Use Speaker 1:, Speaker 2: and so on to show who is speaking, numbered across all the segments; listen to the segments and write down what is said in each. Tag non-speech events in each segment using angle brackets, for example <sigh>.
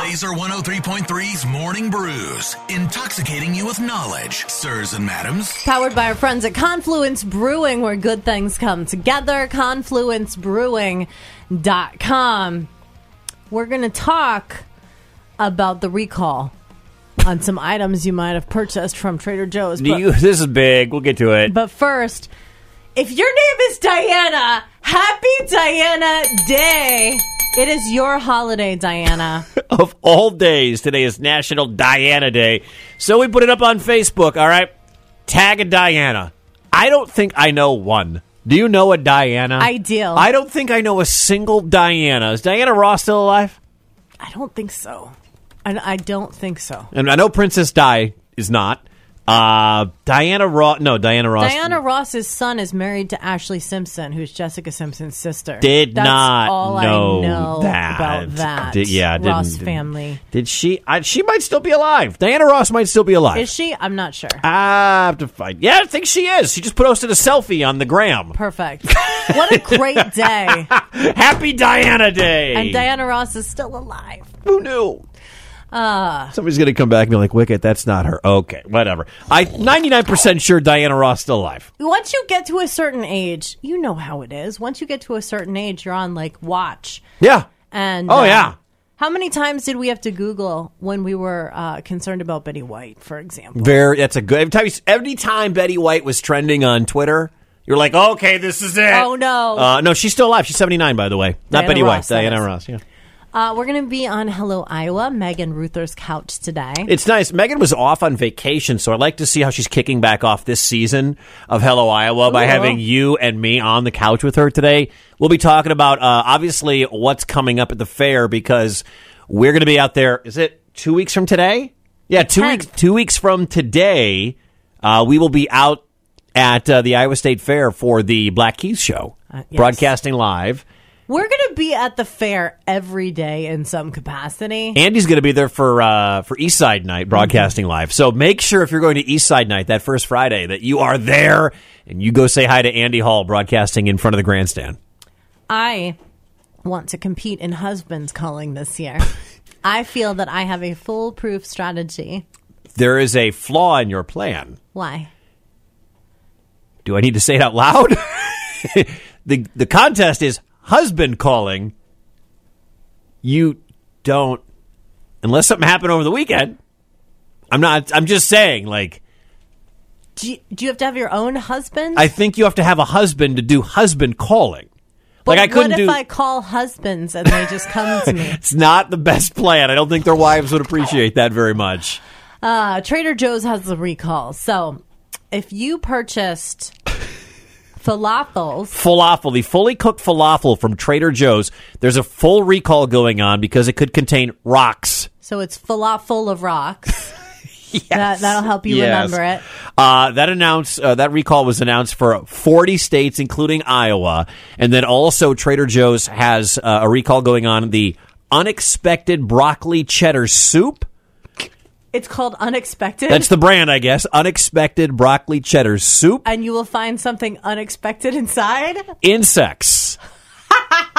Speaker 1: Laser 103.3's Morning Brews, intoxicating you with knowledge, sirs and madams.
Speaker 2: Powered by our friends at Confluence Brewing, where good things come together. ConfluenceBrewing.com. We're going to talk about the recall on some items you might have purchased from Trader Joe's.
Speaker 3: Do
Speaker 2: But,
Speaker 3: you, <laughs> this is big. We'll get to it.
Speaker 2: but first, if your name is Diana, happy Diana Day. It is your holiday,
Speaker 3: <laughs>
Speaker 2: Diana.
Speaker 3: <laughs> of all days, today is National Diana Day. So we put it up on Facebook, all right? Tag a Diana. I don't think I know one. Do you know a Diana?
Speaker 2: I do.
Speaker 3: I don't think I know a single Diana. Is Diana Ross still alive?
Speaker 2: I don't think so. I, I don't think so.
Speaker 3: And I know Princess Di is not. Uh, Diana Ross. No, Diana Ross.
Speaker 2: Diana Ross's son is married to Ashley Simpson, who's Jessica Simpson's sister.
Speaker 3: Did
Speaker 2: That's
Speaker 3: not
Speaker 2: all
Speaker 3: know,
Speaker 2: I know
Speaker 3: that.
Speaker 2: about that.
Speaker 3: Did, yeah, didn't-
Speaker 2: Ross
Speaker 3: didn't-
Speaker 2: family.
Speaker 3: Did she? I, she might still be alive. Diana Ross might still be alive.
Speaker 2: Is she? I'm not sure.
Speaker 3: I have to find. Yeah, I think she is. She just posted a selfie on the gram.
Speaker 2: Perfect.
Speaker 3: <laughs>
Speaker 2: what a great day!
Speaker 3: Happy Diana Day.
Speaker 2: And Diana Ross is still alive.
Speaker 3: Who knew?
Speaker 2: Uh.
Speaker 3: Somebody's gonna come back and be like, "Wicket, that's not her." Okay, whatever. I ninety nine percent sure Diana Ross still alive.
Speaker 2: Once you get to a certain age, you know how it is. Once you get to a certain age, you're on like watch.
Speaker 3: Yeah.
Speaker 2: And
Speaker 3: Oh
Speaker 2: uh,
Speaker 3: yeah.
Speaker 2: how many times did we have to Google when we were uh, concerned about Betty White, for example?
Speaker 3: Very. That's a good. Every time, you- every time Betty White was trending on Twitter, you're like, "Okay, this is it."
Speaker 2: Oh, no.
Speaker 3: Uh, no, she's still alive. She's seventy nine, by the way. Not
Speaker 2: Diana
Speaker 3: Betty
Speaker 2: Ross,
Speaker 3: White.
Speaker 2: that
Speaker 3: Diana
Speaker 2: is.
Speaker 3: Ross. Yeah.
Speaker 2: Uh, we're going to be on Hello Iowa, Megan Ruther's couch today.
Speaker 3: It's nice. Megan was off on vacation, so I'd like to see how she's kicking back off this season of Hello Iowa by
Speaker 2: Ooh.
Speaker 3: having you and me on the couch with her today. We'll be talking about uh, obviously what's coming up at the fair because we're going to be out there. Is it two weeks from today? Yeah, two
Speaker 2: tenth.
Speaker 3: weeks. Two weeks from today, uh, we will be out at uh, the Iowa State Fair for the Black Keys show,
Speaker 2: Uh, yes.
Speaker 3: broadcasting live.
Speaker 2: We're going to be at the fair every day in some capacity.
Speaker 3: Andy's going to be there for uh, for East Side Night broadcasting live. So make sure if you're going to East Side Night that first Friday that you are there and you go say hi to Andy Hall broadcasting in front of the grandstand.
Speaker 2: I want to compete in husbands calling this
Speaker 3: <laughs>
Speaker 2: year. I feel that I have a foolproof strategy.
Speaker 3: There is a flaw in your plan.
Speaker 2: Why?
Speaker 3: Do I need to say it out loud? <laughs> the the contest is husband calling. You don't unless something happened over the weekend. I'm not I'm just saying like
Speaker 2: Do you, do you have to have your own husband?
Speaker 3: I think you have to have a husband to do husband calling.
Speaker 2: but
Speaker 3: like I couldn't
Speaker 2: what
Speaker 3: do
Speaker 2: if I call husbands and they just come to
Speaker 3: <laughs>
Speaker 2: me?
Speaker 3: It's not the best plan. I don't think their wives would appreciate that very much.
Speaker 2: Uh, Trader Joe's has the recall. So if you
Speaker 3: <laughs>
Speaker 2: purchased falafels,
Speaker 3: Falafel, the fully cooked falafel from Trader Joe's, there's a full recall going on because it could contain rocks.
Speaker 2: so it's falafel of
Speaker 3: <laughs>
Speaker 2: rocks. That, that'll help you
Speaker 3: Yes.
Speaker 2: remember it.
Speaker 3: Uh, that announce uh, that recall was announced for 40 states, including Iowa, and then also Trader Joe's has uh, a recall going on the unexpected broccoli cheddar soup.
Speaker 2: It's called Unexpected.
Speaker 3: That's the brand, I guess. Unexpected broccoli cheddar soup.
Speaker 2: and you will find something unexpected inside.
Speaker 3: insects.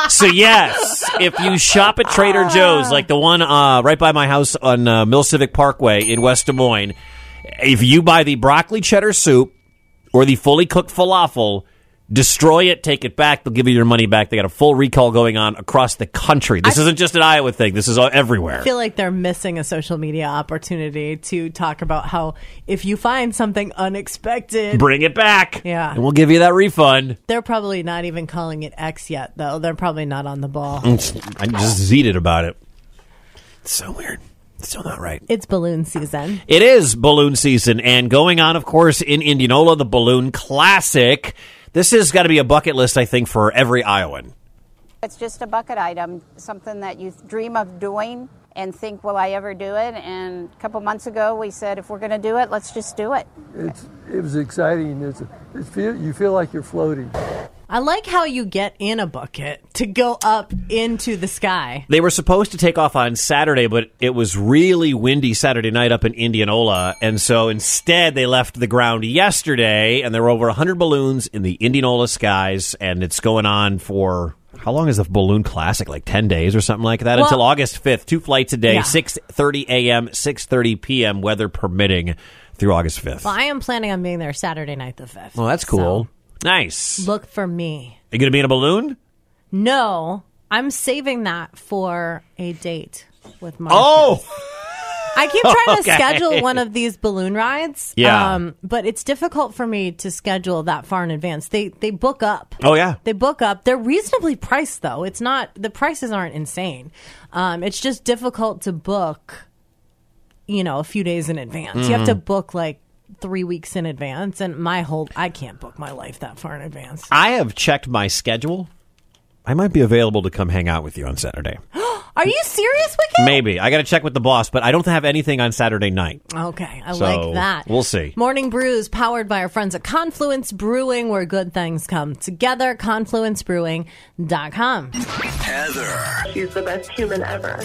Speaker 3: so yes, if you shop at Trader Joe's, like the one uh, right by my house on uh, Mill Civic Parkway in West Des Moines, if you buy the broccoli cheddar soup or the fully cooked falafel, destroy it, take it back, they'll give you your money back. They got a full recall going on across the country. This isn't just an Iowa thing. This is all, everywhere.
Speaker 2: I feel like they're missing a social media opportunity to talk about how if you find something unexpected,
Speaker 3: Bring it back.
Speaker 2: Yeah.
Speaker 3: And we'll give you that refund.
Speaker 2: they're probably not even calling it X yet, though. They're probably not on the ball.
Speaker 3: I just zeded about it. It's so weird. It's still not right.
Speaker 2: It's balloon season.
Speaker 3: It is balloon season and going on, of course, in Indianola, the Balloon Classic. This has got to be a bucket list, I think, for every Iowan.
Speaker 4: It's just a bucket item, something that you dream of doing and think, will I ever do it? And a couple months ago, we said, if we're going to do it, let's just do it.
Speaker 5: It's, it was exciting. It's, it feel, you feel like you're floating.
Speaker 2: I like how you get in a bucket to go up into the sky.
Speaker 3: They were supposed to take off on Saturday, but it was really windy Saturday night up in Indianola. And so instead, they left the ground yesterday, and there were over 100 balloons in the Indianola skies. And it's going on for how long is the balloon classic? Like 10 days or something like that?
Speaker 2: Well-
Speaker 3: Until August 5th. Two flights a day,
Speaker 2: Yeah.
Speaker 3: 6.30 a.m., 6.30 p.m., weather permitting through August 5th.
Speaker 2: I am planning on being there Saturday night the 5th.
Speaker 3: Well, that's cool. nice.
Speaker 2: So, look for me.
Speaker 3: you going to be in a balloon?
Speaker 2: No, I'm saving that for a date with Mark.
Speaker 3: Oh!
Speaker 2: I keep trying
Speaker 3: <laughs> Okay.
Speaker 2: to schedule one of these balloon rides. um,
Speaker 3: Yeah.
Speaker 2: but it's difficult for me to schedule that far in advance. They they book up.
Speaker 3: Oh, yeah.
Speaker 2: They book up. They're reasonably priced though. It's not the prices aren't insane. Um, it's just difficult to book. You know, a few days in advance. You
Speaker 3: Mm-hmm.
Speaker 2: have to book like three weeks in advance, and my whole I can't book my life that far in advance.
Speaker 3: I have checked my schedule. I might be available to come hang out with you on <gasps> Saturday.
Speaker 2: Are you serious, Wicked?
Speaker 3: Maybe. I got to check with the boss, but I don't have anything on Saturday night.
Speaker 2: Okay, I
Speaker 3: So,
Speaker 2: like that.
Speaker 3: we'll see.
Speaker 2: Morning Brews, powered by our friends at Confluence Brewing, where good things come together. ConfluenceBrewing.com.
Speaker 1: Heather.
Speaker 5: She's the best human ever.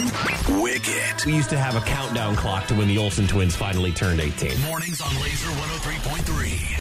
Speaker 1: Wicket.
Speaker 6: We used to have a countdown clock to when the Olsen twins finally turned 18.
Speaker 1: oh Mornings on Laser 103.3.